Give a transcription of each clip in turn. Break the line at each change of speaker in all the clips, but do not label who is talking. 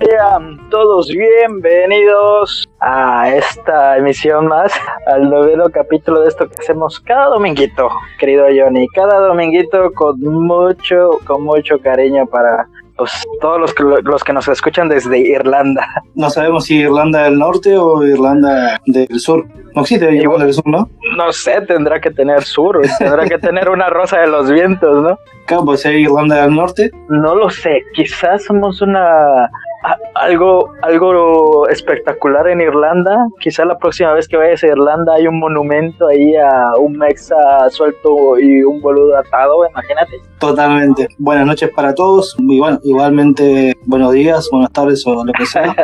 sean todos bienvenidos a esta emisión más, al noveno capítulo de esto que hacemos cada dominguito, querido Johnny, cada dominguito con mucho, con mucho cariño para pues, todos los que, los que nos escuchan desde Irlanda.
No sabemos si Irlanda del Norte o Irlanda del Sur. No existe Irlanda del Sur, ¿no?
No sé, tendrá que tener sur, tendrá que tener una rosa de los vientos, ¿no?
¿Qué puede ser pues, Irlanda del Norte?
No lo sé, quizás somos una a- algo, algo espectacular en Irlanda. Quizá la próxima vez que vayas a Irlanda hay un monumento ahí a un mexa suelto y un boludo atado, imagínate.
Totalmente. Buenas noches para todos. Y bueno, igualmente buenos días, buenas tardes o lo que sea.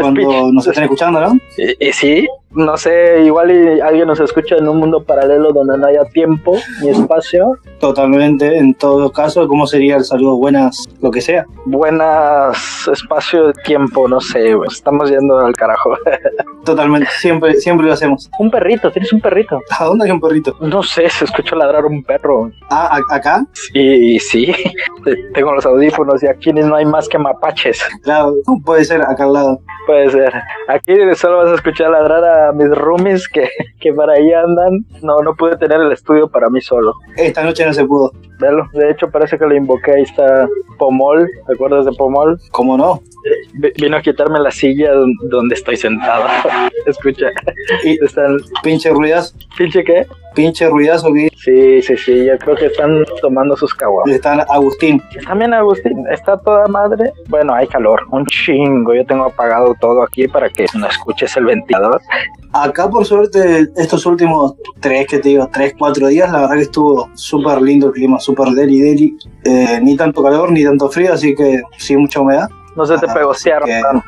cuando nos estén escuchando, ¿no?
Y, y sí, no sé, igual y alguien nos escucha en un mundo paralelo donde no haya tiempo ni espacio.
Totalmente. En todo caso, ¿cómo sería el saludo? Buenas, lo que sea.
Buenas espacio de tiempo, no sé, güey, estamos yendo al carajo.
Totalmente. Siempre, siempre lo hacemos.
un perrito, tienes un perrito.
¿A dónde hay un perrito?
No sé, se escuchó ladrar un perro. güey.
Ah, a- acá.
Y, y sí, te- tengo los audífonos y aquí no hay más que mapaches.
Claro, puede ser acá al lado.
Puede ser. Aquí solo vas a escuchar ladrar a mis roomies que, que para ahí andan. No, no pude tener el estudio para mí solo.
Esta noche no se pudo.
Velo. De hecho, parece que lo invoqué. Ahí está Pomol. ¿Te acuerdas de Pomol?
¿Cómo no?
Vi- Vino a quitarme la silla don- donde estoy sentado. Escucha.
Y
Están.
pinche ruidazo,
¿Pinche qué?
pinche ruidazo que
Sí, sí, sí. Yo creo que están tomando sus caguamas.
le están a Agustín.
También, Agustín, está toda madre. Bueno, hay calor. Un chingo. Yo tengo apagado todo aquí para que no escuches el ventilador.
Acá por suerte estos últimos tres que te digo, tres, cuatro días, la verdad que estuvo súper lindo el clima, súper deli deli. Eh, ni tanto calor, ni tanto frío, así que sin mucha humedad.
No se te
Ah,
pegocearon
ok.
tanto.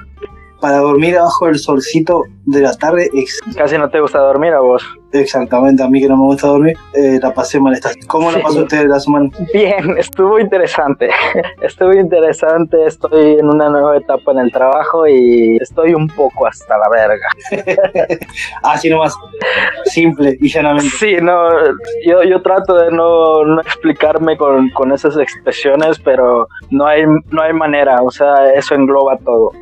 Para dormir abajo del solcito de la tarde, ex-
Casi no te gusta dormir a vos.
exactamente, a mí que no me gusta dormir, eh, la pasé mal esta. ¿Cómo la
Sí.
pasó usted la semana?
Bien, estuvo interesante. Estuvo interesante. Estoy en una nueva etapa en el trabajo y estoy un poco hasta la verga.
Así nomás, simple y llanamente.
Sí, no, yo, yo trato de no, no explicarme con, con esas expresiones, pero no hay, no hay manera. O sea, eso engloba todo.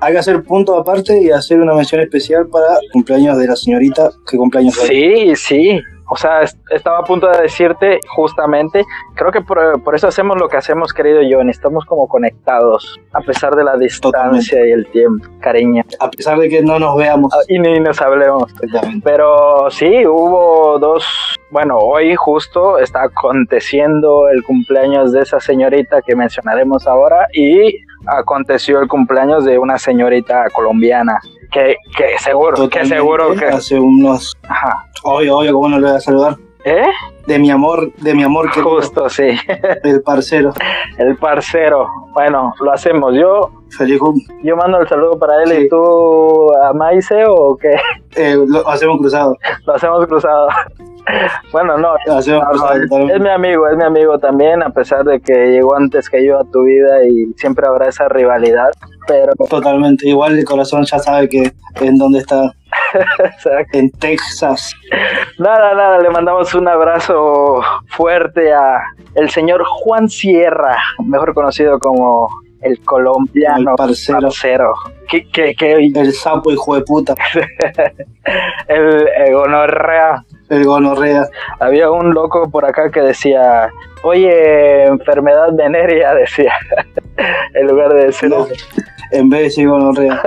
Hay que hacer punto aparte y hacer una mención especial para cumpleaños de la señorita que cumpleaños hoy.
Sí, sí. O sea, es- estaba a punto de decirte justamente, creo que por, por eso hacemos lo que hacemos, querido John. Estamos como conectados, a pesar de la distancia y el tiempo, cariño.
a pesar de que no nos veamos.
Ah, y ni nos hablemos.
Exactamente.
Pero sí, hubo dos. Bueno, hoy justo está aconteciendo el cumpleaños de esa señorita que mencionaremos ahora y aconteció el cumpleaños de una señorita colombiana que, que seguro, que
Totalmente,
seguro que.
Hace unos...
Ajá.
Obvio, obvio, cómo no le voy a saludar.
¿Eh?
De mi amor, de mi amor que
Justo, sí.
el parcero.
El parcero. Bueno, lo hacemos. Yo
Feliz cum.
yo mando el saludo para él
Sí.
y tú a Maice o qué?
Eh, lo hacemos cruzado.
Lo hacemos cruzado. bueno, no,
Hacemos
No,
cruzado.
no, es
totalmente.
mi amigo, es mi amigo también, a pesar de que llegó antes que yo a tu vida y siempre habrá esa rivalidad, pero
Totalmente. Igual el corazón ya sabe que en dónde está.
o sea,
En Texas.
nada, nada, le mandamos un abrazo fuerte a el señor Juan Sierra, mejor conocido como el colombiano
el parcero.
parcero, que, que, que
El sapo hijo de puta.
el, el gonorrea
El gonorrea.
había un loco por acá que decía, oye, enfermedad venérea, decía, en lugar de decir,
No. En vez de decir gonorrea.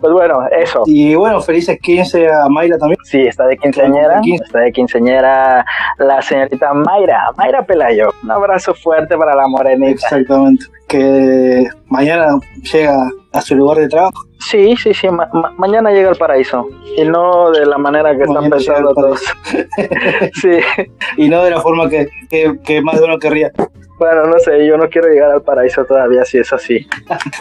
pues bueno, eso.
Y bueno, felices 15 a Mayra también.
Sí, está de quinceañera.
Está de quince.
Está de quinceañera la señorita Mayra, Mayra Pelayo. Un abrazo fuerte para la morenita.
Exactamente. Que mañana llega a su lugar de trabajo.
Sí, sí, sí. ma- ma- mañana llega el paraíso. Y no de la manera que están
Mañana llega
pensando
el
todos. sí,
Y no de la forma que, que, que más de uno querría.
bueno, no sé. Yo no quiero llegar al paraíso todavía, si es así.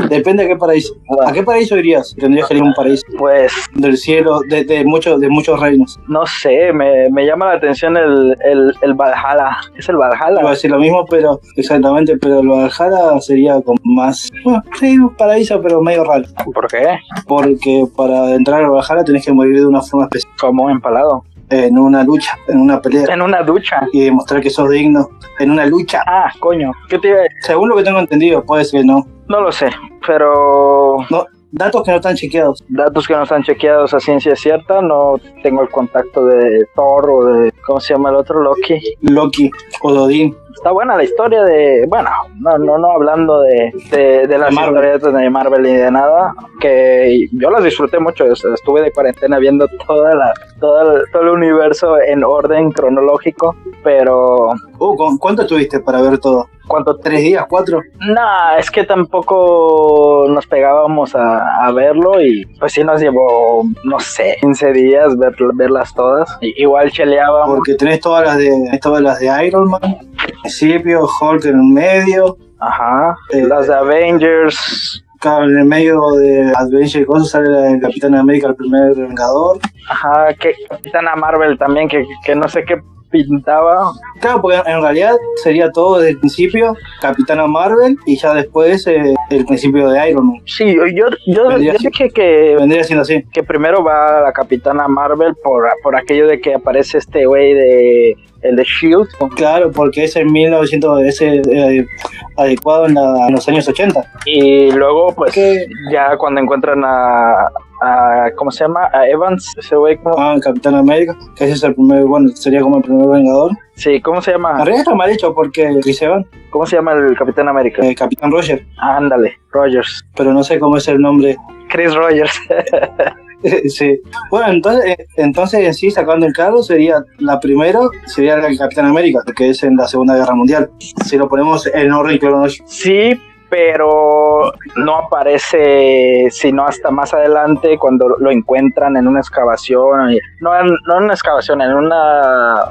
Depende de qué paraíso. ¿A qué paraíso irías? Tendrías que ir a un paraíso
Pues
del cielo, de, de, muchos, de muchos reinos.
no sé. Me, me llama la atención el, el, el Valhalla. Es el
Iba a
Valhalla.
decir lo mismo, pero exactamente, pero el Valhalla sería con más. Bueno, sí, un paraíso, pero medio raro.
¿Por qué?
Porque para entrar al Valhalla tenés que morir de una forma especial,
Como empalado.
en una lucha, en una pelea,
En una ducha.
y demostrar que sos digno, en una lucha.
Ah, coño. ¿Qué te iba a decir?
Según lo que tengo entendido, puede ser que no.
No lo sé, pero
No, datos que no están chequeados.
datos que no están chequeados a ciencia cierta. No tengo el contacto de Thor o de. ¿Cómo se llama el otro? Loki.
Loki o Dodin.
Está buena la historia de. Bueno, no, no, no hablando de, de, de las
De Marvel.
historietas de Marvel y de nada. Que yo las disfruté mucho. o sea, Estuve de cuarentena viendo toda la, toda la- todo el universo en orden cronológico. Pero.
Uh, ¿cu- ¿Cuánto estuviste para ver todo?
¿Cuánto
¿Tres días? ¿Cuatro?
Nah, es que tampoco nos pegábamos a, a verlo y pues sí nos llevó, no sé, 15 días ver, verlas todas. I- igual cheleábamos.
Porque tenés todas las de tenés todas las de Iron Man, al principio, Hulk en el medio,
Ajá.
Eh,
Las de Avengers.
claro, en el medio de Adventure y cosas sale la de Capitán América, el primer Vengador.
Ajá. Que Capitana Marvel también, que, que no sé qué pintaba.
Claro, porque en realidad sería todo desde el principio, Capitana Marvel y ya después eh, el principio de Iron Man.
Sí, yo, yo, yo,
Vendría
yo
siendo-
dije que
Vendría siendo así.
que primero va la Capitana Marvel por, por aquello de que aparece este güey de el de Shield
Claro, porque ese 1900 ese eh, adecuado en, la- en los años 80.
y luego pues
Que-
ya cuando encuentran a, a- ¿cómo se llama? a Evans, ese güey ¿cómo?
Ah, Capitán América, que ese es el primer, bueno, sería como el primer Vengador.
sí, ¿cómo se
En
llama?
realidad está mal hecho porque Chris Evans,
¿Cómo se llama el Capitán América?
eh, Capitán Roger,
Ándale, Rogers.
pero no sé cómo es el nombre.
Chris Rogers.
sí. Bueno, entonces, eh, entonces en sí, sacando el carro, sería la primera, sería el Capitán América, que es en la Segunda Guerra Mundial. Si lo ponemos en orden cronológico.
sí, pero no aparece sino hasta más adelante cuando lo encuentran en una excavación, y- no en, no en una excavación, en una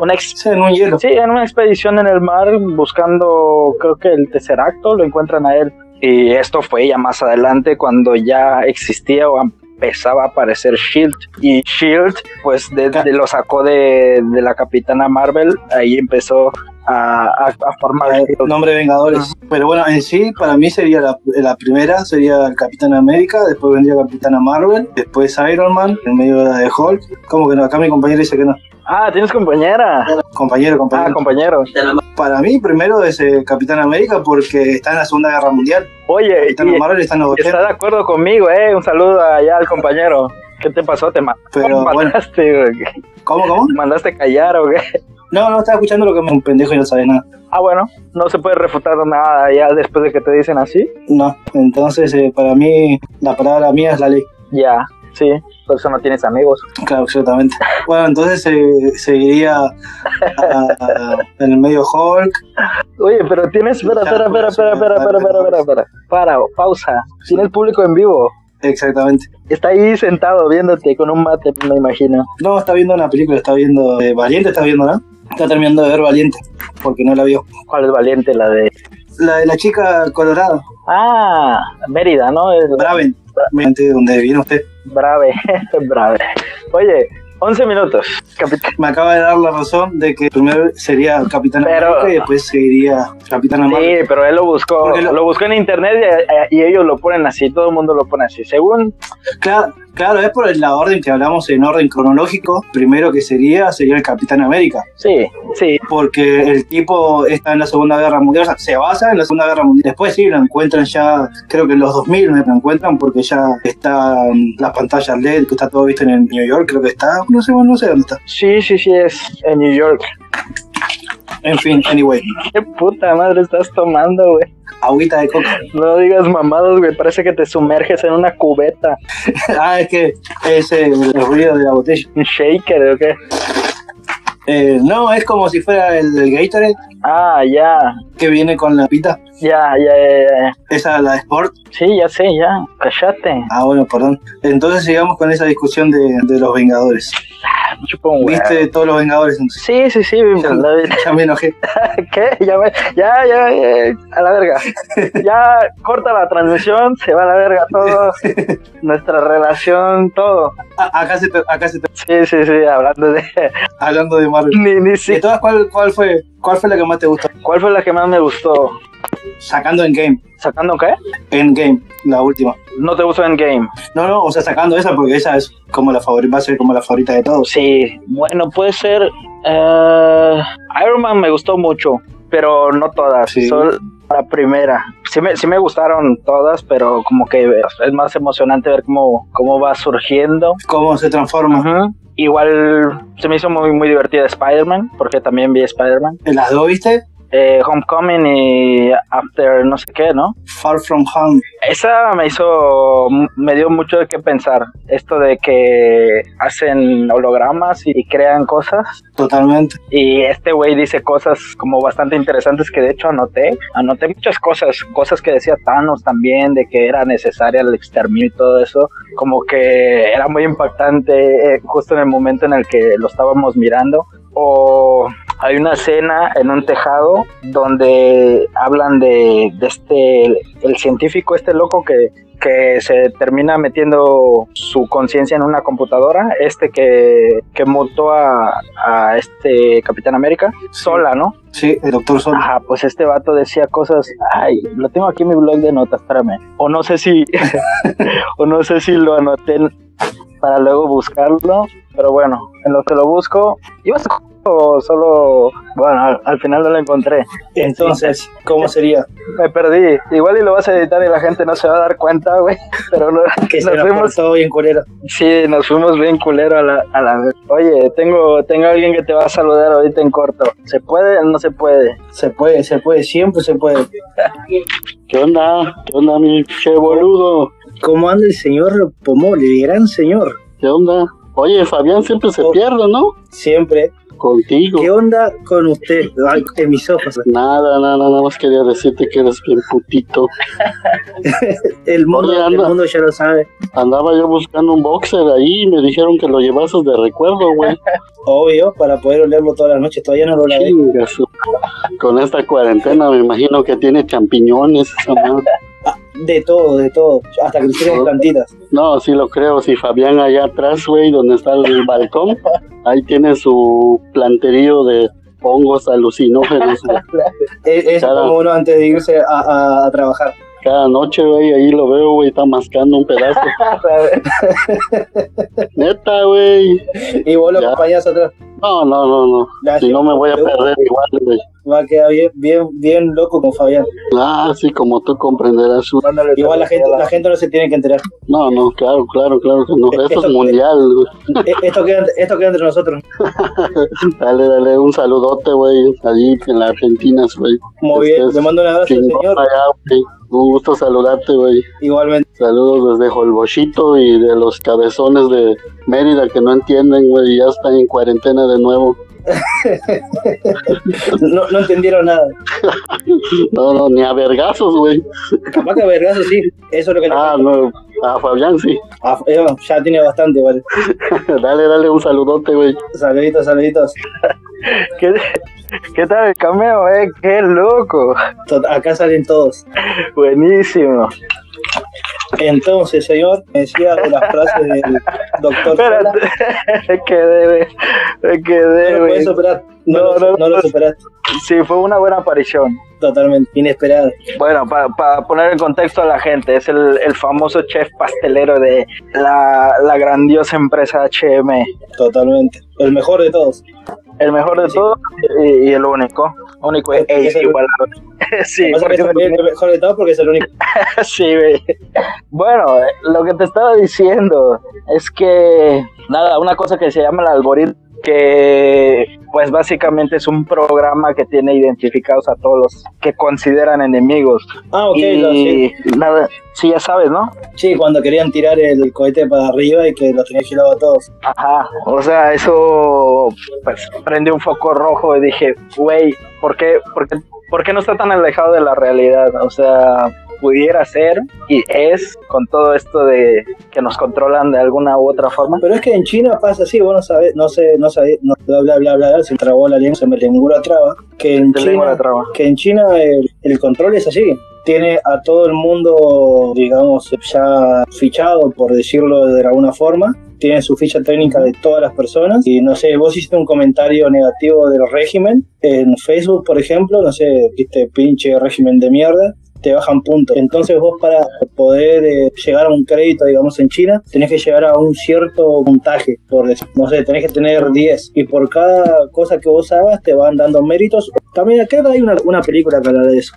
una ex-
Sí, en un hielo.
Sí, en una expedición en el mar buscando, creo que el tercer acto, lo encuentran a él. Y esto fue ya más adelante cuando ya existía o empezaba a aparecer Shield. Y Shield, pues de- de- lo sacó de, de la capitana Marvel, ahí empezó a, a- a formar.
Eh,
Shield.
nombre de Vengadores. Pero bueno, en sí, para mí sería la, la primera, sería el Capitán América, después vendría Capitana Marvel, después Iron Man, en medio la de Hulk. Como que no, acá mi compañero dice que no.
Ah, tienes compañera.
Compañero, compañero.
Ah, compañero.
para mí primero es eh, Capitán América porque está en la Segunda Guerra Mundial.
Oye,
Capitán
Eh, y-
Marvel está en los
y
80.
está de acuerdo conmigo, ¿eh? Un saludo allá al compañero. ¿Qué te pasó? ¿Te ma-
Pero bueno,
mandaste, güey?
¿cómo, cómo?
¿Te mandaste callar o qué?
No, no, estaba escuchando lo que me un pendejo y no sabe nada.
Ah, bueno, no se puede refutar nada ya después de que te dicen así.
No, entonces eh, para mí la palabra mía es la ley.
Ya, sí, por eso no tienes amigos.
Claro, exactamente. Bueno, entonces eh, seguiría ah, ah, en el medio Hulk.
Oye, pero tienes. Espera, espera,
pues,
espera, espera, espera, espera, espera, espera, espera. Para, pausa. Tienes público en vivo.
Exactamente.
Está ahí sentado viéndote con un mate, me imagino.
No, está viendo una película, está viendo eh, Valiente, está viendo, ¿no? Está terminando de ver Valiente, porque no la vio.
¿Cuál es valiente la de.?
La de la chica colorada,
Ah, Mérida, ¿no? Es
Braven, de donde viene usted.
brave, brave. Oye, 11 minutos. Capitán.
Me acaba de dar la razón de que primero sería Capitán
Pero-
América y después seguiría Capitán América.
Sí, pero él lo buscó.
Porque
Lo...
lo-
buscó en internet y, y ellos lo ponen así. Todo el mundo lo pone así. Según.
Claro, claro, es por la orden que hablamos en orden cronológico. Primero que sería sería el Capitán América,
Sí, sí,
porque el tipo está en la Segunda Guerra Mundial, o sea, se basa en la Segunda Guerra Mundial. Después sí, lo encuentran ya, creo que en los 2000 me lo encuentran porque ya está las pantallas LED, que está todo visto en el New York, creo que está, no sé, no sé dónde está.
Sí, sí, sí, es en New York.
En fin, anyway,
¿Qué puta madre estás tomando, güey?
agüita de coca.
No digas mamadas, güey. Parece que te sumerges en una cubeta.
ah, es que ese el ruido de la botella.
Un shaker, ¿o qué?
Eh, no, es como si fuera el, el Gatorade
Ah, ya.
que viene con la pita.
Ya, ya, ya, ya.
Esa, la de Sport.
Sí, ya sé, ya. Cállate.
Ah, bueno, perdón. Entonces sigamos con esa discusión de, de los Vengadores.
Ah, Me chupa un huevo.
¿Viste todos los Vengadores? Entonces,
Sí, sí, sí. la-
ya me enojé.
¿Qué? Ya, me- ya, ya, ya, a la verga. Ya corta la transmisión, se va a la verga todo. Nuestra relación, todo.
A- acá, se te- acá se te-
Sí, sí, sí, hablando de...
hablando de Marvel.
Ni, ni si-
De todas, ¿cuál, cuál, fue, ¿cuál fue la que más te gustó?
¿Cuál fue la que más me gustó?
Sacando en Game.
¿Sacando qué?
En Game, la última.
No te gustó Endgame.
No, no, o sea, sacando esa porque esa es como la favorita, va a ser como la favorita de todos.
Sí, bueno, puede ser. eh, Iron Man me gustó mucho, pero no todas.
Sí.
Sol- la primera. Sí me, sí me gustaron todas, pero como que es más emocionante ver cómo, cómo va surgiendo.
cómo se transforma.
Ujú. Igual se me hizo muy, muy divertida Spider-Man, porque también vi Spider-Man.
¿Las dos viste?
Eh, Homecoming y After no sé qué, ¿no?
Far From Home.
Esa me hizo, me dio mucho de qué pensar. Esto de que hacen hologramas y crean cosas.
Totalmente.
Y este güey dice cosas como bastante interesantes que de hecho anoté. Anoté muchas cosas, cosas que decía Thanos también, de que era necesaria el exterminio y todo eso. Como que era muy impactante eh, justo en el momento en el que lo estábamos mirando. O hay una escena en un tejado donde hablan de, de este, el, el científico, este loco que, que se termina metiendo su conciencia en una computadora, este que, que mutó a, a este Capitán América, sola, ¿no?
Sí, el Doctor Sol.
Ajá, pues este vato decía cosas, ay, lo tengo aquí en mi blog de notas, espérame, o no sé si, o no sé si lo anoté para luego buscarlo, pero bueno, en lo que lo busco, iba a ser- o solo, bueno, al- al final no lo encontré.
Entonces, ¿cómo sería?
Me perdí. Igual y lo vas a editar y la gente no se va a dar cuenta, güey. Pero no,
Que se
nos
la
fuimos,
portó bien culera.
sí, nos fuimos bien culero a la, a la- Oye, tengo, tengo alguien que te va a saludar ahorita en corto. ¿Se puede o no se puede?
Se puede, se puede, siempre se puede.
¿Qué onda? ¿Qué onda, mi che boludo?
¿Cómo anda el señor Pomole, gran señor?
¿Qué onda? Oye, Fabián siempre se
Oh.
pierde, ¿no?
Siempre.
Contigo.
¿Qué onda con usted? Ay, en mis ojos.
Nada, nada, nada más quería decirte que eres bien putito.
El
Oye,
mundo, el
anda.
mundo ya lo sabe.
Andaba yo buscando un boxer ahí y me dijeron que lo llevases de recuerdo, güey.
Obvio, para poder olerlo todas las noches. Todavía no lo lavé.
Chinga su- Con esta cuarentena me imagino que tiene champiñones esa madre.
De todo, de todo. Hasta que crecieron plantitas.
No, sí lo creo. Si Fabián allá atrás, güey, donde está el balcón, ahí tiene su planterío de hongos alucinógenos. güey.
Es, E, es
Claro.
como uno antes de irse a, a- a trabajar.
Cada noche, güey, ahí lo veo, güey, está mascando un pedazo. Neta, güey.
Y vos lo
Ya.
acompañás atrás.
No, no, no, no.
La
Si no me voy a perder igual, güey.
Va a quedar bien, bien, bien loco con Fabián.
Ah, sí, como tú comprenderás. güey.
Mándale
Igual la
saludos
gente,
a
la gente no se tiene que enterar.
No, no, claro, claro, claro que no. Esto es mundial, güey.
Eh, Esto queda, esto queda entre nosotros.
Dale, dale, un saludote, güey. Allí en la Argentina, güey.
Muy bien. Le mando un abrazo,
Este Chingón
señor.
allá, güey. Un gusto saludarte, güey.
Igualmente.
Saludos desde Holbochito y de los cabezones de Mérida que no entienden, güey, ya están en cuarentena de nuevo.
No, no entendieron nada.
No, no, ni a vergazos, güey.
Capaz que a vergazo sí. Eso es lo que le
Ah,
falta.
no, a Fabián sí.
Ah, eh, Ya tiene bastante, vale.
dale, dale un saludote, güey.
Saluditos, saluditos.
¿Qué, ¿Qué tal el cameo, eh? ¡Qué loco!
To- Acá salen todos.
Buenísimo.
Entonces, señor, me decía de las frases del doctor. Sola.
Espérate, me quedé, güey. Me
No
quedé,
lo puedes
güey.
superar. No,
No,
lo,
no,
no lo
no.
superaste.
Sí, fue una buena aparición.
Totalmente. Inesperada.
Bueno, para poner en contexto a la gente, es el, el famoso chef pastelero de la, la grandiosa empresa HM.
Totalmente. El mejor de todos.
El mejor de
Sí.
todos y, y el único. Único e
Es el-
igualado. Sí,
O sea, que
porque
es
es el-
el mejor de todos porque es el único.
Sí, güey. Bueno, eh, lo que te estaba diciendo es que, nada, una cosa que se llama el algoritmo, que pues básicamente es un programa que tiene identificados a todos los que consideran enemigos.
Ah, ok. lo- sí.
y nada, sí, ya sabes, ¿no?
Sí, cuando querían tirar el cohete para arriba y que lo tenía gelado a todos.
Ajá, o sea, eso pues prende un foco rojo y dije, güey, ¿por qué, por, qué, por qué no está tan alejado de la realidad? O sea, pudiera ser y es con todo esto de que nos controlan de alguna u otra forma.
Pero es que en China pasa así, vos no sabés, no sé, no sabés, no, bla, bla, bla, bla, bla, se trabó la lengua, se me lengua la traba. Que en
Te lengua
China,
la traba.
que en China el, el control es así. Tiene a todo el mundo, digamos, ya fichado, por decirlo de alguna forma. Tiene su ficha técnica de todas las personas. Y no sé, vos hiciste un comentario negativo del régimen en Facebook, por ejemplo. No sé, viste, pinche régimen de mierda. te bajan puntos. Entonces vos para poder eh, llegar a un crédito, digamos, en China, tenés que llegar a un cierto puntaje, por decir, no sé, tenés que tener 10 y por cada cosa que vos hagas te van dando méritos. También acá hay una, una película que habla de eso,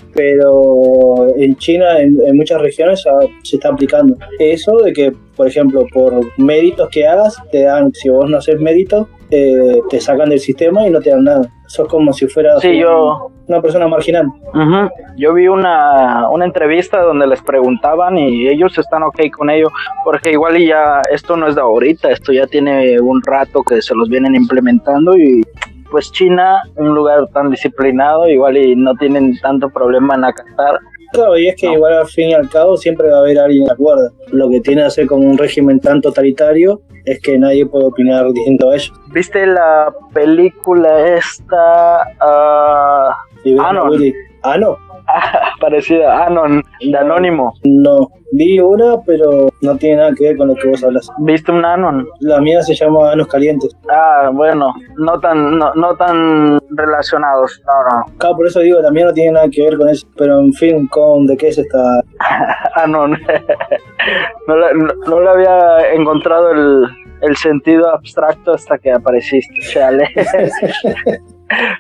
pero en China, en, en muchas regiones ya se está aplicando eso de que, por ejemplo, por méritos que hagas, te dan, si vos no haces méritos, eh, te sacan del sistema y no te dan nada. Sos como si fueras
Sí,
un-
yo,
una persona marginal.
Ujú. Yo vi una, una entrevista donde les preguntaban y ellos están ok con ello, porque igual y ya esto no es de ahorita, esto ya tiene un rato que se los vienen implementando y pues China, un lugar tan disciplinado, igual y no tienen tanto problema en acatar.
Claro, y es que
No.
igual al fin y al cabo siempre va a haber alguien que acuerda. Lo que tiene que hacer con un régimen tan totalitario es que nadie puede opinar distinto a ellos.
¿Viste la película esta ah,
Y ves
Ah,
a
no.
Willy, Ah, no.
parecida a Anon, de Anónimo?
No. Vi una, pero no tiene nada que ver con lo que vos hablas.
¿Viste un Anon?
La mía se llama Anos Calientes.
Ah, bueno, no tan, no, no tan relacionados, no, no.
Claro, por eso digo, la mía no tiene nada que ver con eso. Pero en fin, ¿con de qué es esta?
Ah, no, no, le, no, no le había encontrado el, el sentido abstracto hasta que apareciste, chale.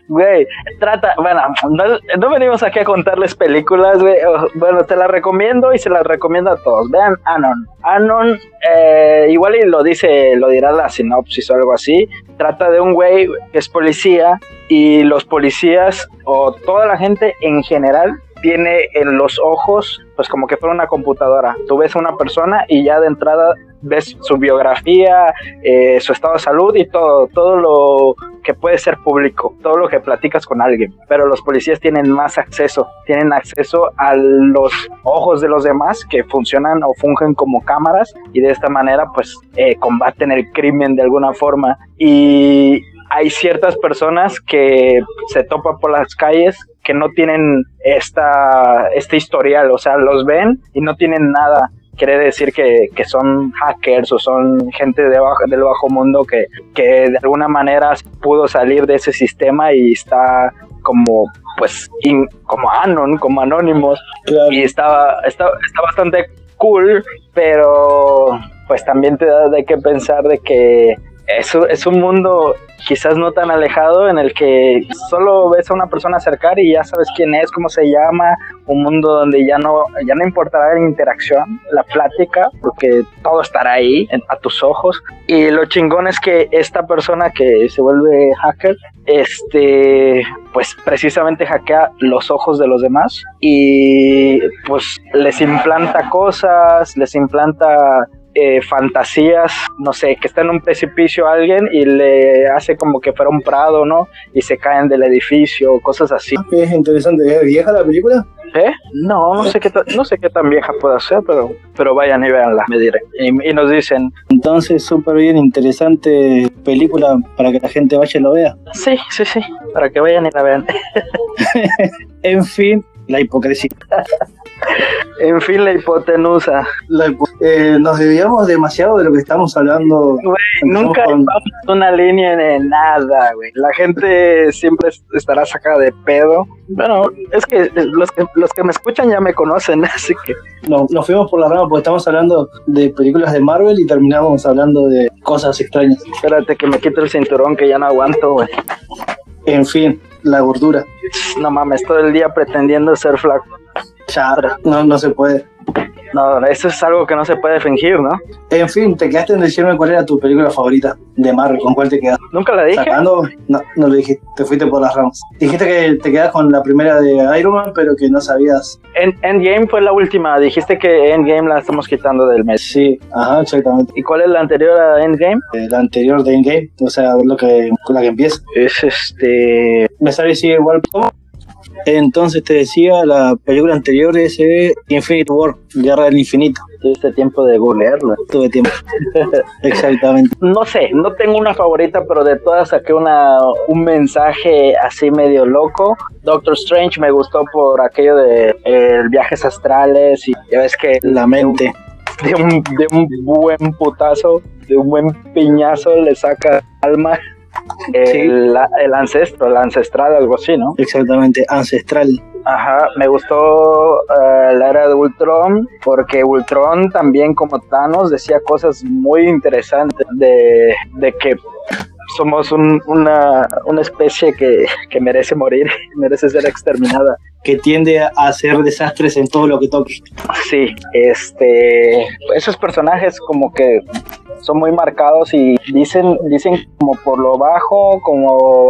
Güey, trata, bueno, no, no venimos aquí a contarles películas, güey. o- Bueno, te las recomiendo y se las recomiendo a todos. Vean Anon. Anon, eh, igual y lo dice, lo dirá la sinopsis o algo así. Trata de un güey que es policía y los policías o toda la gente en general tiene en los ojos, pues como que fuera una computadora. Tú ves a una persona y ya de entrada ves su biografía, eh, su estado de salud y todo, todo lo que puede ser público, todo lo que platicas con alguien. Pero los policías tienen más acceso, tienen acceso a los ojos de los demás que funcionan o fungen como cámaras y de esta manera pues eh, combaten el crimen de alguna forma. Y, hay ciertas personas que se topan por las calles que no tienen esta, este historial, o sea, los ven y no tienen nada. Quiere decir que, que son hackers o son gente de bajo- del bajo mundo que, que de alguna manera pudo salir de ese sistema y está como, pues, in- como Anon, como anónimos
Claro.
y estaba, está, está bastante cool, pero pues también te da de qué pensar de que es, un- es un mundo quizás no tan alejado en el que solo ves a una persona acercar y ya sabes quién es, cómo se llama, un mundo donde ya no, ya no importará la interacción, la plática, porque todo estará ahí en- a tus ojos. Y lo chingón es que esta persona que se vuelve hacker, este, pues precisamente hackea los ojos de los demás y pues les implanta cosas, les implanta eh, fantasías, no sé, que está en un precipicio alguien y le hace como que fuera un prado, ¿no? Y se caen del edificio, cosas así.
Ah, Es interesante. ¿Es vieja la película?
¿Eh? No, no sé qué, ta- no sé qué tan vieja pueda ser, pero, pero vayan y véanla, me diré. Y, y nos dicen,
Entonces, súper bien, interesante película para que la gente vaya y lo vea.
sí, sí, sí, para que vayan y la vean.
En fin, la hipocresía.
En fin, la hipotenusa.
La hipo- eh, nos desviamos demasiado de lo que estamos hablando.
Güey,
Empezamos
Nunca
con-
vamos a una línea en nada, güey. La gente siempre es- estará sacada de pedo. Bueno, es que eh, los que, los que me escuchan ya me conocen, así que
no, nos fuimos por la rama porque estamos hablando de películas de Marvel y terminamos hablando de cosas extrañas.
espérate que me quito el cinturón que ya no aguanto, güey.
En fin, la gordura.
No mames, todo el día pretendiendo ser flaco.
Ya, no, no se puede.
No, eso es algo que no se puede fingir, ¿no?
En fin, te quedaste en decirme cuál era tu película favorita de Marvel, con cuál te quedaste.
Nunca la dije.
¿Sacando? No, no lo dijiste, te fuiste por las ramas. Dijiste que te quedas con la primera de Iron Man, pero que no sabías.
En- Endgame fue la última. Dijiste que Endgame la estamos quitando del mes.
Sí, ajá, exactamente.
¿Y cuál es la anterior a Endgame?
Eh, la anterior de Endgame, o sea, lo que, con la que empieza.
Es este.
Me sale sigue igual. ¿cómo? Entonces te decía, la película anterior es eh, Infinite War, Guerra del Infinito.
Tuviste tiempo de googlearla.
Tuve tiempo. Exactamente.
No sé, no tengo una favorita, pero de todas saqué una, un mensaje así medio loco. Doctor Strange me gustó por aquello de eh, viajes astrales y ya ves que
La mente.
de un, de un buen putazo, de un buen piñazo le saca alma El,
Sí.
el ancestro, el ancestral, algo así, ¿no?
Exactamente, ancestral.
Ajá, me gustó eh, la era de Ultron porque Ultron también como Thanos decía cosas muy interesantes de, de que somos un- una, una especie que, que merece morir, merece ser exterminada.
Que tiende a hacer desastres en todo lo que toque.
Sí, este, esos personajes como que son muy marcados y dicen, dicen como por lo bajo, como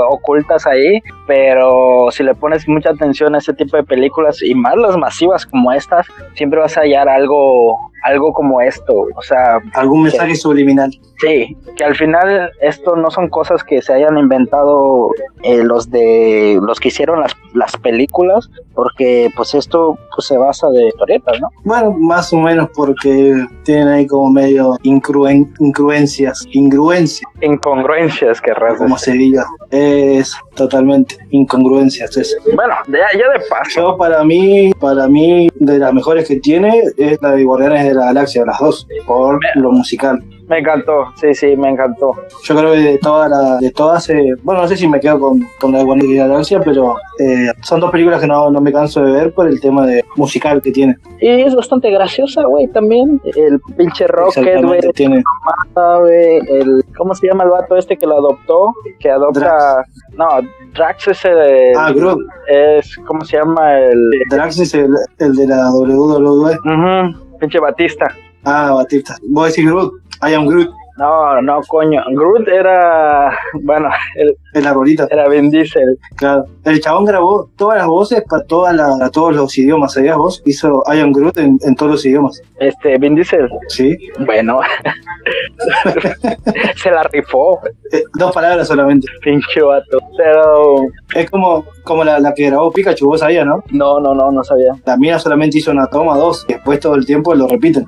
ocultas ahí, pero si le pones mucha atención a ese tipo de películas y más las masivas como estas, siempre vas a hallar algo, algo como esto, o sea,
Algún mensaje subliminal.
Sí, que al final esto no son cosas que se hayan inventado eh, los de los que hicieron las, las películas, porque pues esto pues, se basa de historietas, ¿no?
Bueno, más o menos porque tienen ahí como medio incruen- incruencias, ingruencias,
Incongruencias, querrás
como
decir.
se diga. Es totalmente incongruencias eso.
Bueno, ya, ya de paso.
Yo para mí, para mí, de las mejores que tiene es la de Guardianes de la Galaxia, las dos, por lo musical.
Me encantó, sí, sí, me encantó.
Yo creo que de todas, la- de todas, eh, bueno, no sé si me quedo con, con la de Guardianes de la Galaxia, pero eh, son dos películas que no, no me canso de ver por el tema de musical que tiene.
Y es bastante graciosa, güey, también. El pinche Rocket, güey,
Exactamente, tiene.
mata, güey, el... ¿Cómo se llama el vato este que lo adoptó? Que adopta... No, Drax es el...
Ah, Groot.
es... ¿Cómo se llama el...?
Drax es el, el de la WWE.
Ujú, pinche Batista.
Ah, Batista. Voy a decir Groot. I am Groot.
No, no, coño. Groot era. Bueno, él
Es la rolita,
era Vin Diesel.
claro. El chabón grabó todas las voces para, todas las- para todos los idiomas. ¿Sabías vos? Hizo I am Groot en, en todos los idiomas.
Este, Vin Diesel.
Sí.
Bueno. Se la rifó,
Eh, dos palabras solamente.
pinche vato. Pero.
Es como, como la, la que grabó Pikachu, vos sabías, ¿no?
No, no, no, no sabía.
La mía solamente hizo una toma, dos. y Después todo el tiempo lo repiten.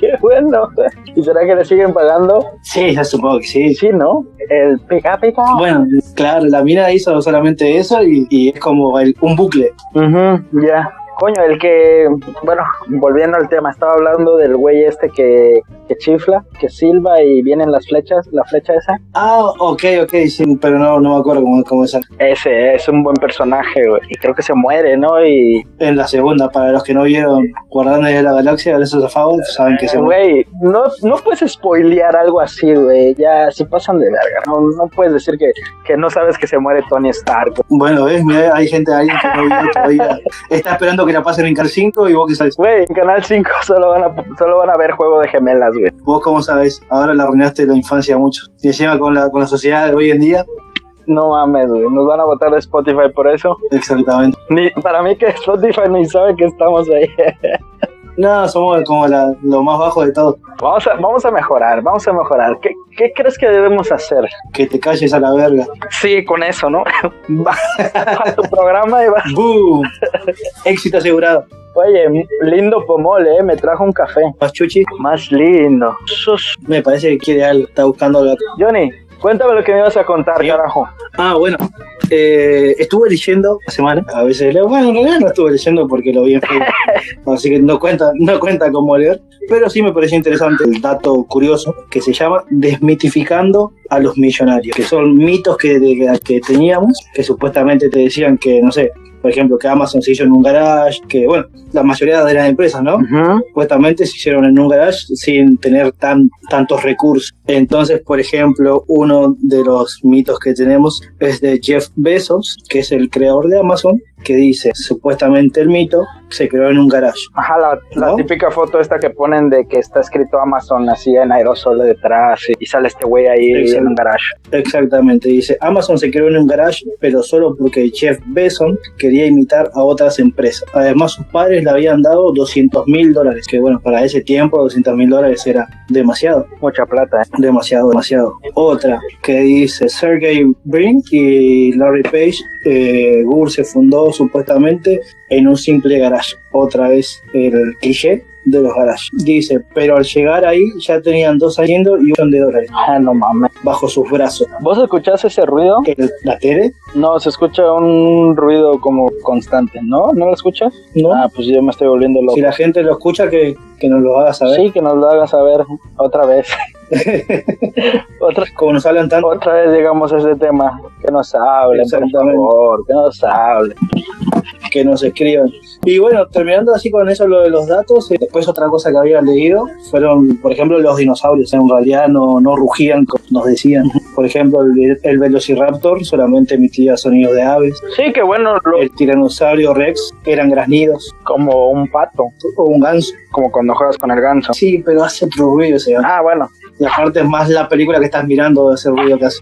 Qué bueno. ¿Y será que le siguen pagando?
Sí, ya supongo que sí.
Sí, ¿no? El pica pica.
Bueno, claro, la mina hizo solamente eso y, y es como el- un bucle.
Ujú, ya. Coño, el que, bueno, volviendo al tema, estaba hablando del güey este que, que chifla, que silba y vienen las flechas, la flecha esa.
Ah, ok, ok, sí, pero no, no me acuerdo cómo, cómo es.
Ese es un buen personaje, güey. Y creo que se muere, ¿no? Y,
En la segunda, para los que no vieron Guardianes de la Galaxia, esos zafados, saben que se muere.
güey, no, no puedes spoilear algo así, güey. Ya se pasan de verga. No, no puedes decir que, que no sabes que se muere Tony Stark. güey.
Bueno, ves, Mirá, hay gente ahí que no vio todavía. Está esperando que la pasen en Car 5 y vos que sabes.
Güey, en Canal 5 solo van a, solo van a ver Juego de Gemelas, güey.
Vos cómo sabés, ahora la arruinaste la infancia a muchos. Y encima con la, con la sociedad de hoy en día,
No mames, güey. Nos van a votar de Spotify por eso.
exactamente.
Ni, para mí que Spotify ni sabe que estamos ahí.
No, somos como la, lo más bajo de todo.
vamos, a, vamos a mejorar, vamos a mejorar. ¿Qué, ¿Qué crees que debemos hacer?
Que te calles a la verga.
Sí, con eso, ¿no? Vas a tu programa y vas
¡Boom! Éxito asegurado.
Oye, lindo pomole, ¿eh? me trajo un café.
Pachuchi,
Más lindo. Sus.
me parece que quiere algo, está buscando algo.
Johnny, cuéntame lo que me ibas a contar,
Sí.
carajo.
Ah, bueno, eh, estuve leyendo la semana, a veces leo, bueno, en realidad no estuve leyendo porque lo vi en Facebook, así que no cuenta, no cuenta como leer, pero sí me pareció interesante el dato curioso que se llama desmitificando a los millonarios, que son mitos que, de- que teníamos, que supuestamente te decían que, no sé, por ejemplo, que Amazon se hizo en un garage, que bueno, la mayoría de las empresas, ¿no? supuestamente se hicieron en un garage sin tener tan, tantos recursos. Entonces, por ejemplo, uno de los mitos que tenemos es de Jeff Bezos, que es el creador de Amazon, que dice, supuestamente el mito se creó en un garage.
Ajá, la, la
¿No?
típica foto esta que ponen de que está escrito Amazon así en aerosol detrás y, y sale este güey ahí
Exacto.
en un garage.
Exactamente, dice, Amazon se creó en un garage, pero solo porque Jeff Bezos quería imitar a otras empresas. Además, sus padres le habían dado 200 mil dólares, que bueno, para ese tiempo 200 mil dólares era demasiado.
Mucha plata, ¿eh?
demasiado, demasiado. Otra que dice Sergey Brin y Larry Page, eh, Google se fundó supuestamente en un simple garage. Otra vez el cliché de los garages. Dice, pero al llegar ahí ya tenían dos saliendo y un millón de dólares
Ah, no mames.
bajo sus brazos.
¿Vos escuchás ese ruido?
El- ¿La tele?
No, se escucha un ruido como constante, ¿no? ¿No lo escuchas?
¿No?
Ah, pues yo me estoy volviendo loco.
si la gente lo escucha, que, que nos lo haga saber.
Sí, que nos lo hagas saber otra vez. otra,
Como nos hablan tanto,
otra vez llegamos a ese tema. Que nos hablen, por
Exactamente.
favor. Que nos hablen.
que nos escriban. Y bueno, terminando así con eso, lo de los datos, eh, después otra cosa que había leído fueron, por ejemplo, los dinosaurios. En realidad no, no rugían, como nos decían. Por ejemplo, el, el Velociraptor solamente emitía sonidos de aves.
Sí, que bueno, lo-
El Tiranosaurio Rex eran graznidos
como un pato.
o un ganso.
Como cuando juegas con el ganso.
Sí, pero hace otro ruido, señor.
Ah, bueno.
Y aparte es más la película que estás mirando ese ruido que hace.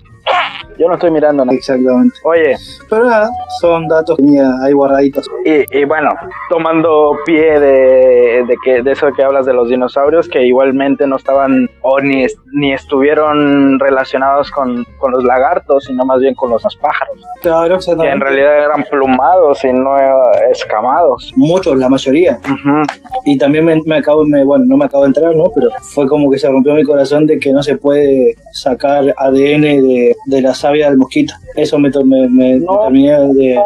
Yo no estoy mirando nada.
Exactamente.
Oye,
Pero nada, son datos que tenía ahí guardaditos.
y, y bueno, tomando pie de, de que de eso que hablas de los dinosaurios, que igualmente no estaban o ni, es- ni estuvieron relacionados con, con los lagartos, sino más bien con los pájaros,
Claro,
que en
exactamente.
realidad eran plumados y no eh, escamados.
Muchos, la mayoría.
Ujú.
Y también me, me acabo, me- bueno, no me acabo de entrar, ¿no? Pero fue como que se rompió mi corazón de que no se puede sacar ADN de, de la savia del mosquito. Eso me, to- me, me- me
No.
terminé de,
No.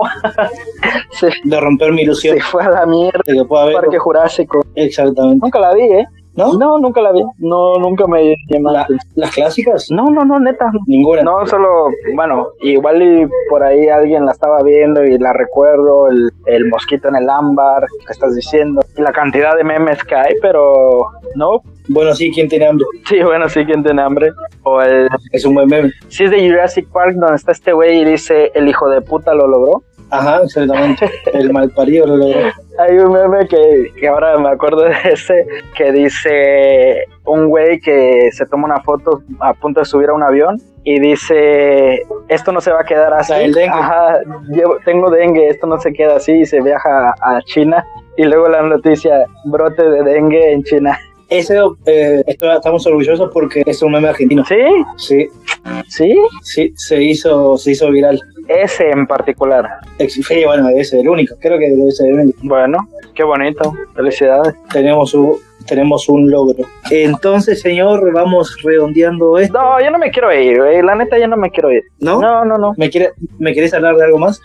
Se,
de romper mi ilusión
se fue a la mierda.
de que pueda haber.
Parque Jurásico.
Exactamente.
Nunca la vi, ¿eh?
¿No?
No, nunca la vi. No, nunca me llamó la
La-
atención.
¿Las clásicas?
No, no, no, neta.
Ninguna.
No, solo, bueno, igual y por ahí alguien la estaba viendo y la recuerdo, el, el mosquito en el ámbar, que estás diciendo, y la cantidad de memes que hay, pero no.
Bueno, sí, ¿quién tiene hambre?
Sí, bueno, sí, quien tiene hambre. O el.
Es un buen meme.
Sí, es de Jurassic Park, donde está este güey y dice, el hijo de puta lo logró.
Ajá, exactamente. El malparido lo logró.
Hay un meme que, que ahora me acuerdo de ese, que dice un güey que se toma una foto a punto de subir a un avión y dice, esto no se va a quedar así.
La del dengue.
Ajá, llevo- tengo dengue, esto no se queda así y se viaja a China. Y luego la noticia, brote de dengue en China.
Ese, eh, esto- estamos orgullosos porque es un meme argentino.
¿Sí?
Sí,
¿Sí?
sí, se hizo, se hizo viral.
Ese en particular.
Ex- Sí, bueno, debe ser el único. Creo que debe ser el único.
Bueno, qué bonito. Felicidades.
tenemos un, tenemos un logro. Entonces, señor, vamos redondeando esto,
No, yo no me quiero ir, güey. La neta, yo no me quiero ir.
¿no?
No, no, no.
¿Me, quiere, ¿Me querés hablar de algo más?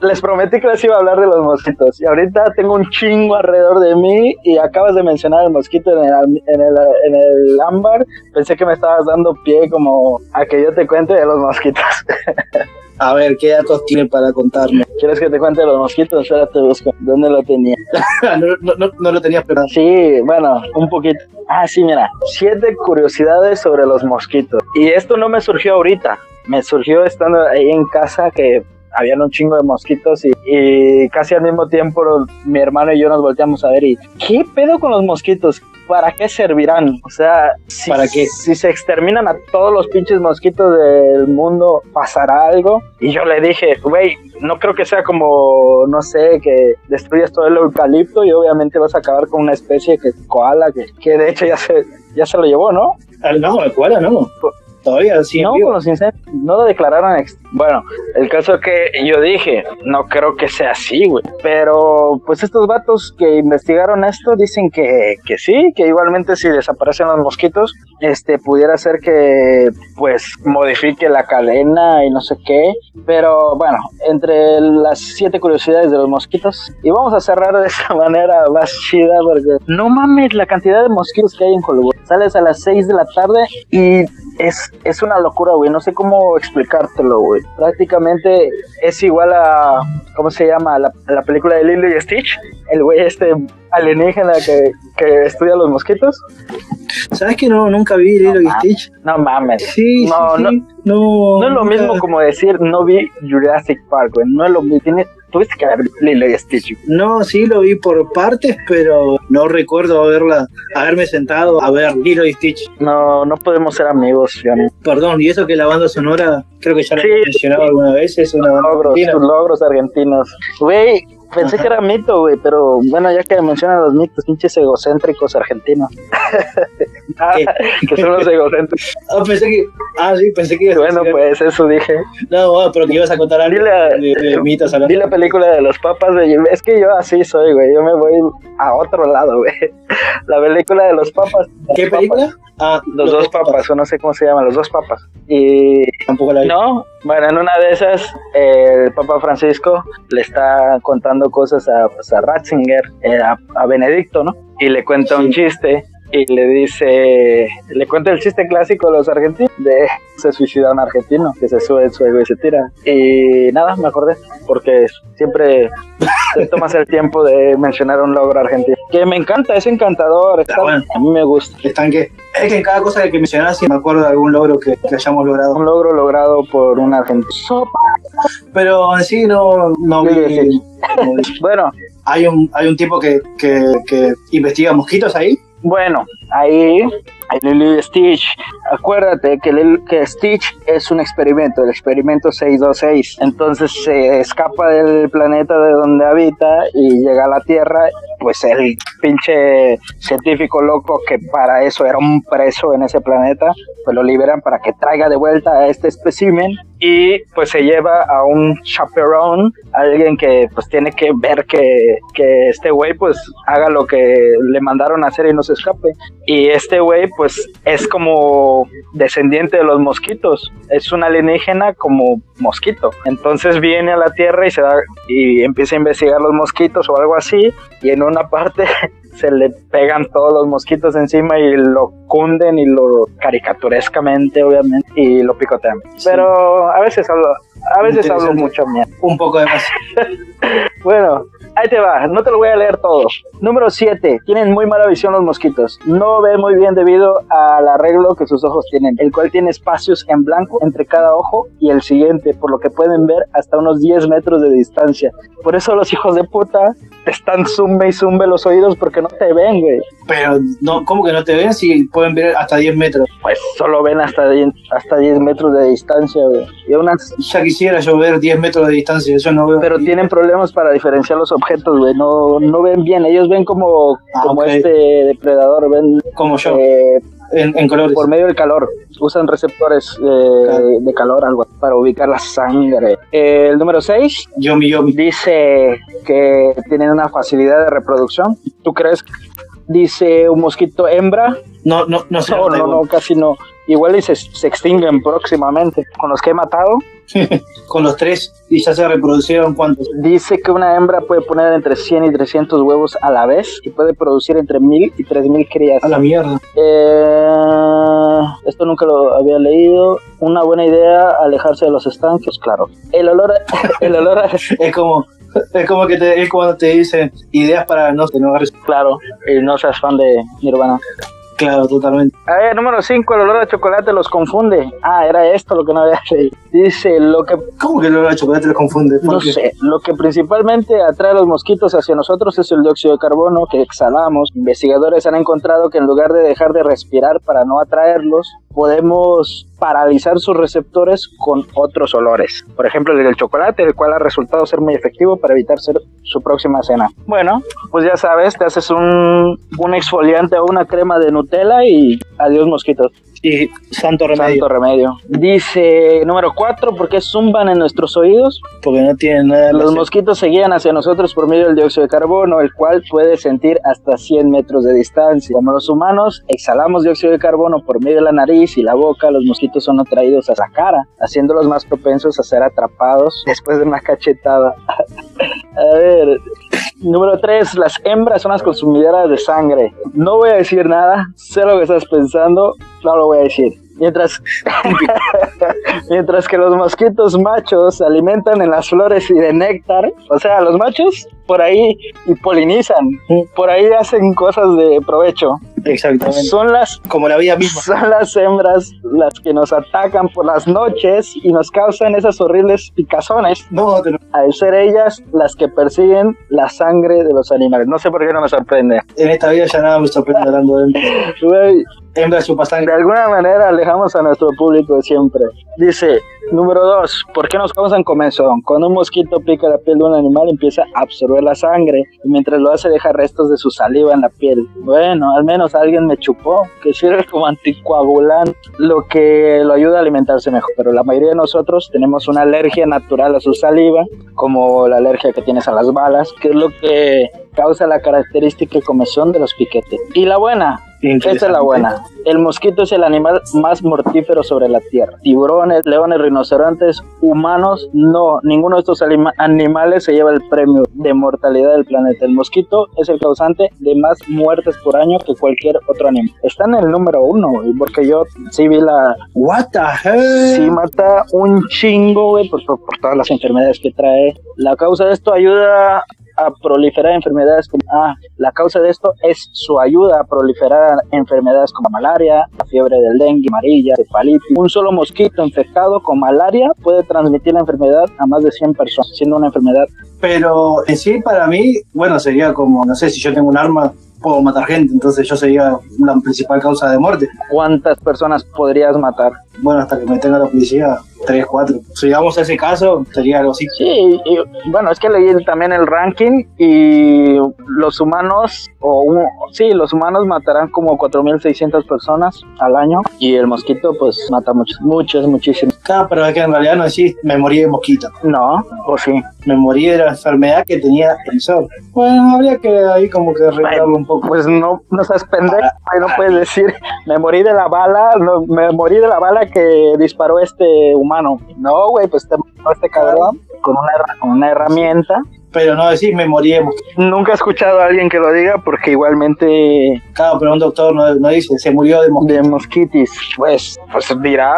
Les prometí que les iba a hablar de los mosquitos. Y ahorita tengo un chingo alrededor de mí. Y acabas de mencionar el mosquito en el, am- en el, en el ámbar. Pensé que me estabas dando pie como a que yo te cuente de los mosquitos.
A ver, ¿qué datos tiene para contarme?
¿Quieres que te cuente de los mosquitos? Espérate, busco. ¿Dónde lo tenía?
Ah, no, no, no, no lo tenía esperado.
Sí, bueno, un poquito. Ah, sí, mira. Siete curiosidades sobre los mosquitos. Y esto no me surgió ahorita. Me surgió estando ahí en casa que habían un chingo de mosquitos y, y casi al mismo tiempo mi hermano y yo nos volteamos a ver y ¿qué pedo con los mosquitos? ¿Para qué servirán? O sea, si,
¿Para qué?
si se exterminan a todos los pinches mosquitos del mundo, ¿pasará algo? Y yo le dije, güey, no creo que sea como, no sé, que destruyas todo el eucalipto y obviamente vas a acabar con una especie que koala, que, que de hecho ya se, ya se lo llevó, ¿no?
Ah, No, el koala no. Todavía sí.
no, con los insectos, no lo declararon. ex- Bueno, el caso que yo dije, no creo que sea así, güey. Pero pues estos vatos que investigaron esto dicen que, que sí, que igualmente si desaparecen los mosquitos, este pudiera ser que pues modifique la cadena y no sé qué. Pero bueno, entre las siete curiosidades de los mosquitos, y vamos a cerrar de esa manera más chida, porque no mames la cantidad de mosquitos que hay en Hollywood. Sales a las 6 de la tarde y es, es una locura, güey. No sé cómo explicártelo, güey. Prácticamente es igual a, ¿cómo se llama? La, la película de Lilo y Stitch. El güey este alienígena que, que estudia los mosquitos.
¿Sabes que no? Nunca vi Lilo y
pues. Ah.
Stitch.
No mames.
Sí,
No,
sí,
no.
sí. No,
No es lo
nunca.
mismo como decir no vi Jurassic Park, güey. No es lo mismo. Tienes- Tuviste que ver Lilo y Stitch. güey.
No, sí lo vi por partes, pero no recuerdo haberla, haberme sentado a ver Lilo y Stitch.
No, no podemos ser amigos, Johnny.
Perdón, y eso que la banda sonora, creo que ya lo
Sí.
he mencionado alguna vez, es una banda
Logros,
argentina.
tus logros argentinos. Güey, Pensé que era mito, güey, pero bueno, ya que mencionan los mitos, pinches egocéntricos argentinos. Ah, que son los egocéntricos.
Ah, pensé que. Ah, sí, pensé que.
Bueno, pues eso dije.
No, ah, pero que ibas a contar algo.
Dile a-
de- de mitos hablando.
Vi la película de los papas, güey. Es que yo así soy, güey. Yo me voy a otro lado, güey. La película de los papas.
¿Qué
Los papas.
película? Ah,
Los dos papas, o no sé cómo se llama, los dos papas. Y
Tampoco la vi.
No, bueno, en una de esas, el Papa Francisco le está contando cosas a, pues, a Ratzinger, eh, a, a Benedicto, ¿no? Y le cuenta un chiste y le dice, le cuenta el chiste clásico de los argentinos, de se suicida un argentino, que se sube el suelo y se tira. Y nada, me acordé, porque siempre te tomas el tiempo de mencionar un logro argentino. Que me encanta, es encantador, está-
bueno.
a mí me gusta.
Están que. Es que en cada cosa que mencionás, si me acuerdo de algún logro que, que hayamos logrado.
Un logro logrado por un argentino.
Pero en sí no, no
Sí,
vi.
sí. Bueno,
Hay un, hay un tipo que, que, que investiga mosquitos ahí.
Bueno, ahí hay Lilo y Stitch. Acuérdate que, Lilo- que Stitch es un experimento, el experimento 626. Entonces se escapa del planeta de donde habita y llega a la Tierra. Pues el pinche científico loco que para eso era un preso en ese planeta, pues lo liberan para que traiga de vuelta a este espécimen y pues se lleva a un chaperón, alguien que pues tiene que ver que, que este güey pues haga lo que le mandaron a hacer y no se escape. Y este güey pues es como descendiente de los mosquitos, es un alienígena como mosquito. Entonces viene a la Tierra y se da y empieza a investigar los mosquitos o algo así y en una parte se le pegan todos los mosquitos encima y lo cunden y lo caricaturescamente obviamente y lo picotean. Pero a veces hablo, a veces hablo
Interesante.
mucho mierda.
Un poco de más.
Bueno, ahí te va, no te lo voy a leer todo. Número 7. Tienen muy mala visión los mosquitos. No ve muy bien debido al arreglo que sus ojos tienen, el cual tiene espacios en blanco entre cada ojo y el siguiente, por lo que pueden ver hasta unos 10 metros de distancia. Por eso los hijos de puta te están zumbe y zumbe los oídos porque no te ven, güey.
Pero no, ¿cómo que no te ven si pueden ver hasta 10 metros?
Pues solo ven hasta 10, hasta 10 metros de distancia, güey. Y aún así-
Ya quisiera yo ver 10 metros de distancia, yo no veo.
Pero tienen problemas para diferenciar los objetos, güey. No, no ven bien. Ellos ven como,
Ah,
como
ok.
este depredador, ven
como yo,
eh,
en, en colores.
por medio del calor. Usan receptores eh,
Pues Claro.
de calor algo así, para ubicar la sangre. Eh, el número 6
Yomi Yomi.
dice que tienen una facilidad de reproducción. ¿Tú crees? Dice un mosquito hembra. Oh,
No, no, no sé.
No, no, no, casi no. Igual y se, se extinguen próximamente. Con los que he matado,
Con los tres y ya se reproducieron cuántos.
Dice que una hembra puede poner entre 100 y 300 huevos a la vez y puede producir entre 1000 y 3000 crías.
A la mierda.
Eh, esto nunca lo había leído. Una buena idea, alejarse de los estanques, claro. El olor, a- el olor, a-
Es como, es como que te, es cuando te dicen ideas para no te enojar.
claro, y no seas fan de Nirvana.
Claro, totalmente.
A ver, número 5, el olor a chocolate los confunde. Ah, era esto lo que no había leído. Dice, lo que
¿Cómo que el olor a chocolate los confunde?
No
¿Por qué?
sé, lo que principalmente atrae a los mosquitos hacia nosotros es el dióxido de carbono que exhalamos. Investigadores han encontrado que en lugar de dejar de respirar para no atraerlos, podemos paralizar sus receptores con otros olores. Por ejemplo, el del chocolate, el cual ha resultado ser muy efectivo para evitar ser su próxima cena. Bueno, pues ya sabes, te haces un, un exfoliante o una crema de Nutella y adiós mosquitos.
Y santo remedio,
Santo remedio. Dice número 4, ¿por qué zumban en nuestros oídos?
porque no tienen nada. de
Los
placer.
mosquitos se guían hacia nosotros por medio del dióxido de carbono, el cual puede sentir hasta 100 metros de distancia. Como los humanos, exhalamos dióxido de carbono por medio de la nariz y la boca, los mosquitos son atraídos a la cara, haciéndolos más propensos a ser atrapados después de una cachetada. a ver, número 3, las hembras son las consumidoras de sangre. No voy a decir nada, sé lo que estás pensando, no lo voy a decir. Mientras Mientras que los mosquitos machos se alimentan en las flores y de néctar, o sea, los machos por ahí y polinizan, por ahí hacen cosas de provecho.
Exactamente.
Son las
Como la vida misma.
son las hembras las que nos atacan por las noches y nos causan esas horribles picazones,
No, te lo-
al ser ellas las que persiguen la sangre de los animales. No sé por qué no me sorprende.
en esta vida ya nada me sorprende hablando de él.
Güey,
Tembla Chupasangre.
De alguna manera alejamos a nuestro público de siempre. Dice, número 2, ¿por qué nos causan comezón? Cuando un mosquito pica la piel de un animal empieza a absorber la sangre y mientras lo hace deja restos de su saliva en la piel. Bueno, al menos alguien me chupó, que sirve como anticoagulante, lo que lo ayuda a alimentarse mejor. Pero la mayoría de nosotros tenemos una alergia natural a su saliva, como la alergia que tienes a las balas, que es lo que causa la característica comezón de los piquetes. Y la buena, esta es la buena. El mosquito es el animal más mortífero sobre la tierra. Tiburones, leones, rinocerontes, humanos, no. Ninguno de estos anima- animales se lleva el premio de mortalidad del planeta. El mosquito es el causante de más muertes por año que cualquier otro animal. Está en el número uno, güey, porque yo sí vi la...
What the hell?
Sí mata un chingo, güey, por, por- por todas las enfermedades que trae. La causa de esto ayuda a proliferar enfermedades como ah, la causa de esto es su ayuda a proliferar enfermedades como la malaria, la fiebre del dengue, amarilla, cefalitis. Un solo mosquito infectado con malaria puede transmitir la enfermedad a más de 100 personas, siendo una enfermedad.
Pero en sí, para mí, bueno, sería como, no sé, si yo tengo un arma, puedo matar gente, entonces yo sería la principal causa de muerte.
¿Cuántas personas podrías matar?
Bueno, hasta que me tenga la policía, tres, cuatro. Si llegamos a ese caso, sería algo así.
Sí, y- y, bueno, es que leí el- también el ranking y los humanos, o u- sí, los humanos matarán como 4.600 personas al año y el mosquito pues mata muchos, muchos, muchísimos.
Claro, Ah, pero es que en realidad no decís, me morí de mosquito,
No, o sí.
me morí de la enfermedad que tenía el sol. Bueno, habría que ahí como que arreglarlo un poco.
Pues no, no seas pendejo, ahí no puedes decir, me morí de la bala, no, me morí de la bala que disparó este humano. No, güey, pues te mató este cabrón con una, herra- con una herramienta.
Pero no decís, me morí de mosquito.
Nunca he escuchado a alguien que lo diga porque igualmente
Claro, pero un doctor no, no dice, se murió de mosquito.
de mosquitis. Pues, pues dirá,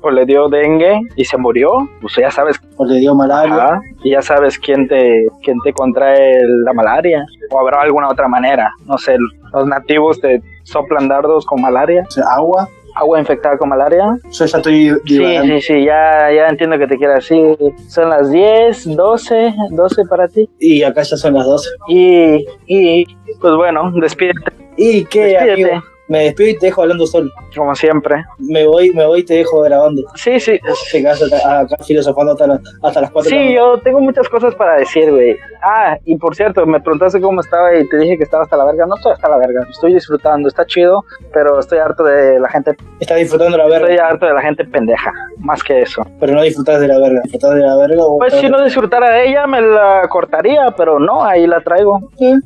o le dio dengue y se murió. Pues ya sabes,
O le dio malaria.
ah, y ya sabes quién te, quién te contrae la malaria. O habrá alguna otra manera. No sé, los nativos te soplan dardos con malaria,
O sea, agua.
agua infectada con malaria.
Yo ya estoy
Sí,
divagando.
sí, sí, ya, ya entiendo que te quieras decir. Son las 10, 12, 12 para ti.
Y acá ya son las 12.
Y, y pues bueno, despídete
¿Y qué,
Despídete.
amigo? Me despido y te dejo hablando solo.
como siempre.
Me voy, me voy y te dejo grabando.
Sí, sí,
Te quedas acá, acá filosofando hasta, la- hasta las 4
Sí, yo tengo muchas cosas para decir, güey. Ah, y por cierto, me preguntaste cómo estaba y te dije que estaba hasta la verga. No estoy hasta la verga, estoy disfrutando, está chido, pero estoy harto de la gente,
Estás disfrutando la verga,
estoy harto de la gente pendeja, más que eso.
pero no disfrutás de la verga. ¿Disfrutás de la verga o
Pues si no disfrutara de ella me la cortaría, pero no, ahí la traigo.
Eh,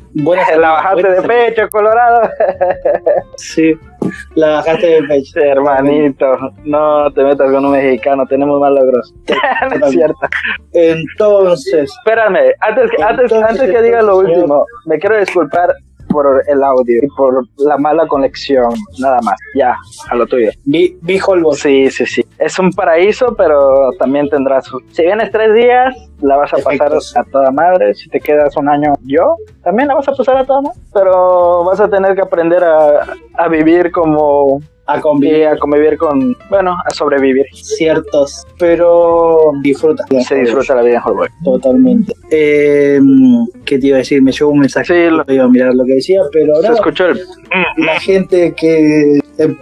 buena
La
salida,
bajaste
buena
de
salida.
pecho, Colorado.
Sí, la bajaste de pecho.
Hermanito, no te metas con un mexicano, tenemos más logros. no es cierto.
Entonces,
Espérame, antes que, antes,
Entonces,
antes que diga lo
señor.
último, me quiero disculpar por el audio y por la mala conexión, nada más. Ya, a lo tuyo.
vi, vi Holbox.
Sí, sí, sí. Es un paraíso, pero también tendrás. su- Si vienes tres días, la vas a
Efectos.
pasar a toda madre. Si te quedas un año, yo también la vas a pasar a toda madre. Pero vas a tener que aprender a, a vivir como.
a convivir
y a convivir con. Bueno, a sobrevivir.
ciertos, pero disfruta.
Se disfruta la vida en Holbox.
Totalmente. Eh, ¿Qué te iba a decir? Me llegó un mensaje.
Sí, lo-
No iba a mirar lo que decía, pero
Se
ahora
escuchó el.
la gente que eh,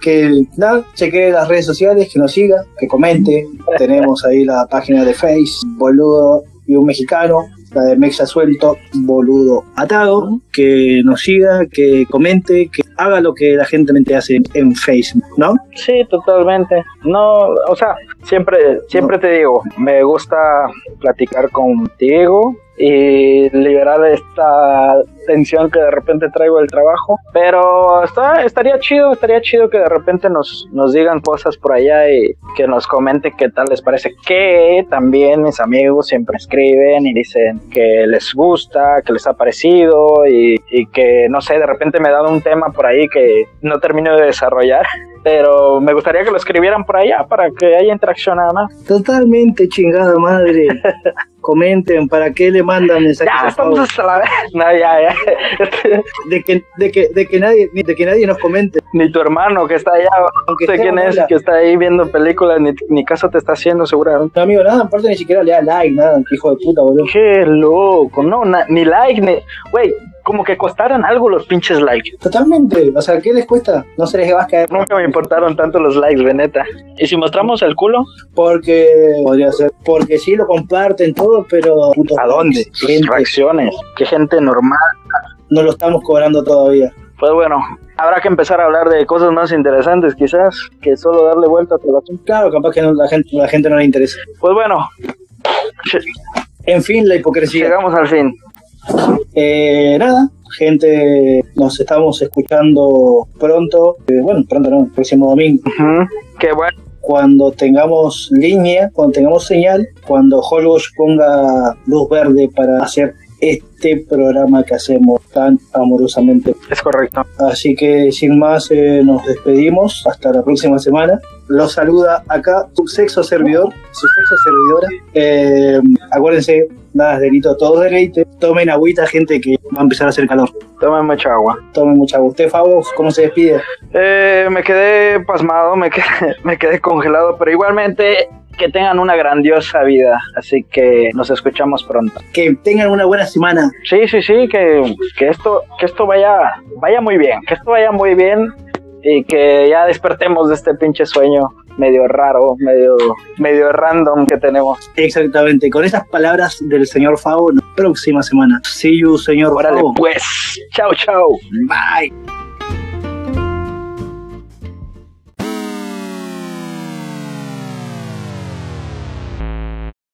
que nada, chequee las redes sociales, que nos siga, que comente. Tenemos ahí la página de Face, boludo y un mexicano, la de Mexa suelto, boludo atado, que nos siga, que comente, que haga lo que la gente hace en Facebook, ¿no?
Sí, totalmente. No, o sea, siempre, siempre te digo, me gusta platicar contigo y liberar esta tensión que de repente traigo del trabajo. Pero está, estaría chido, estaría chido que de repente nos, nos digan cosas por allá y que nos comenten qué tal les parece. Que también mis amigos siempre escriben y dicen que les gusta, que les ha parecido y, y que, no sé, de repente me dan un tema por ahí que no termino de desarrollar pero me gustaría que lo escribieran por allá para que haya interacción nada más.
Totalmente chingada madre. Comenten para qué le mandan mensajes.
Ya,
a
estamos
Pau.
hasta la vez. No, ya, ya.
De que, de que, de que nadie, de que nadie nos comente.
Ni tu hermano que está allá,
Aunque
no sé
esté
quién es,
abuela.
que está ahí viendo películas, ni, ni caso te está haciendo seguramente.
No, amigo, nada, aparte ni siquiera le da like, nada, hijo de puta, boludo.
Qué loco, no, na- ni like, ni... Güey, como que costaran algo los pinches likes.
Totalmente. O sea, ¿qué les cuesta? No se les va a caer.
Nunca me importaron tanto los likes, veneta. Y si mostramos el culo,
Porque podría ser. Porque sí lo comparten todo, pero. puto,
¿a dónde? Sus
gente,
reacciones. Qué gente normal.
no lo estamos cobrando todavía.
Pues bueno, habrá que empezar a hablar de cosas más interesantes, quizás, que solo darle vuelta a tu asunto.
Claro, capaz que no- la, gente, la gente no le interesa.
Pues bueno,
En fin, la hipocresía.
llegamos al fin.
Eh, nada, gente, nos estamos escuchando pronto. Eh, bueno, pronto no, el próximo domingo.
Ujú. Qué bueno.
Cuando tengamos línea, cuando tengamos señal, cuando Holbox ponga luz verde para hacer este programa que hacemos tan amorosamente.
Es correcto.
Así que sin más, eh, nos despedimos. Hasta la próxima semana. Los saluda acá su sexo servidor, su sexo servidora. Eh, acuérdense, nada es delito, todo es deleite. Tomen agüita, gente, que va a empezar a hacer calor.
Tomen mucha agua.
Tomen mucha agua. Usted, Fabo, ¿cómo se despide?
Eh, me quedé pasmado, me quedé, me quedé congelado, pero igualmente que tengan una grandiosa vida. Así que nos escuchamos pronto.
Que tengan una buena semana.
Sí, sí, sí, que, que esto, que esto vaya, vaya muy bien, que esto vaya muy bien y que ya despertemos de este pinche sueño medio raro, medio, medio random que tenemos.
Exactamente, con esas palabras del señor Fabo, la próxima semana. See you, señor
Órale,
Fabo.
pues. Chao, chao. Bye.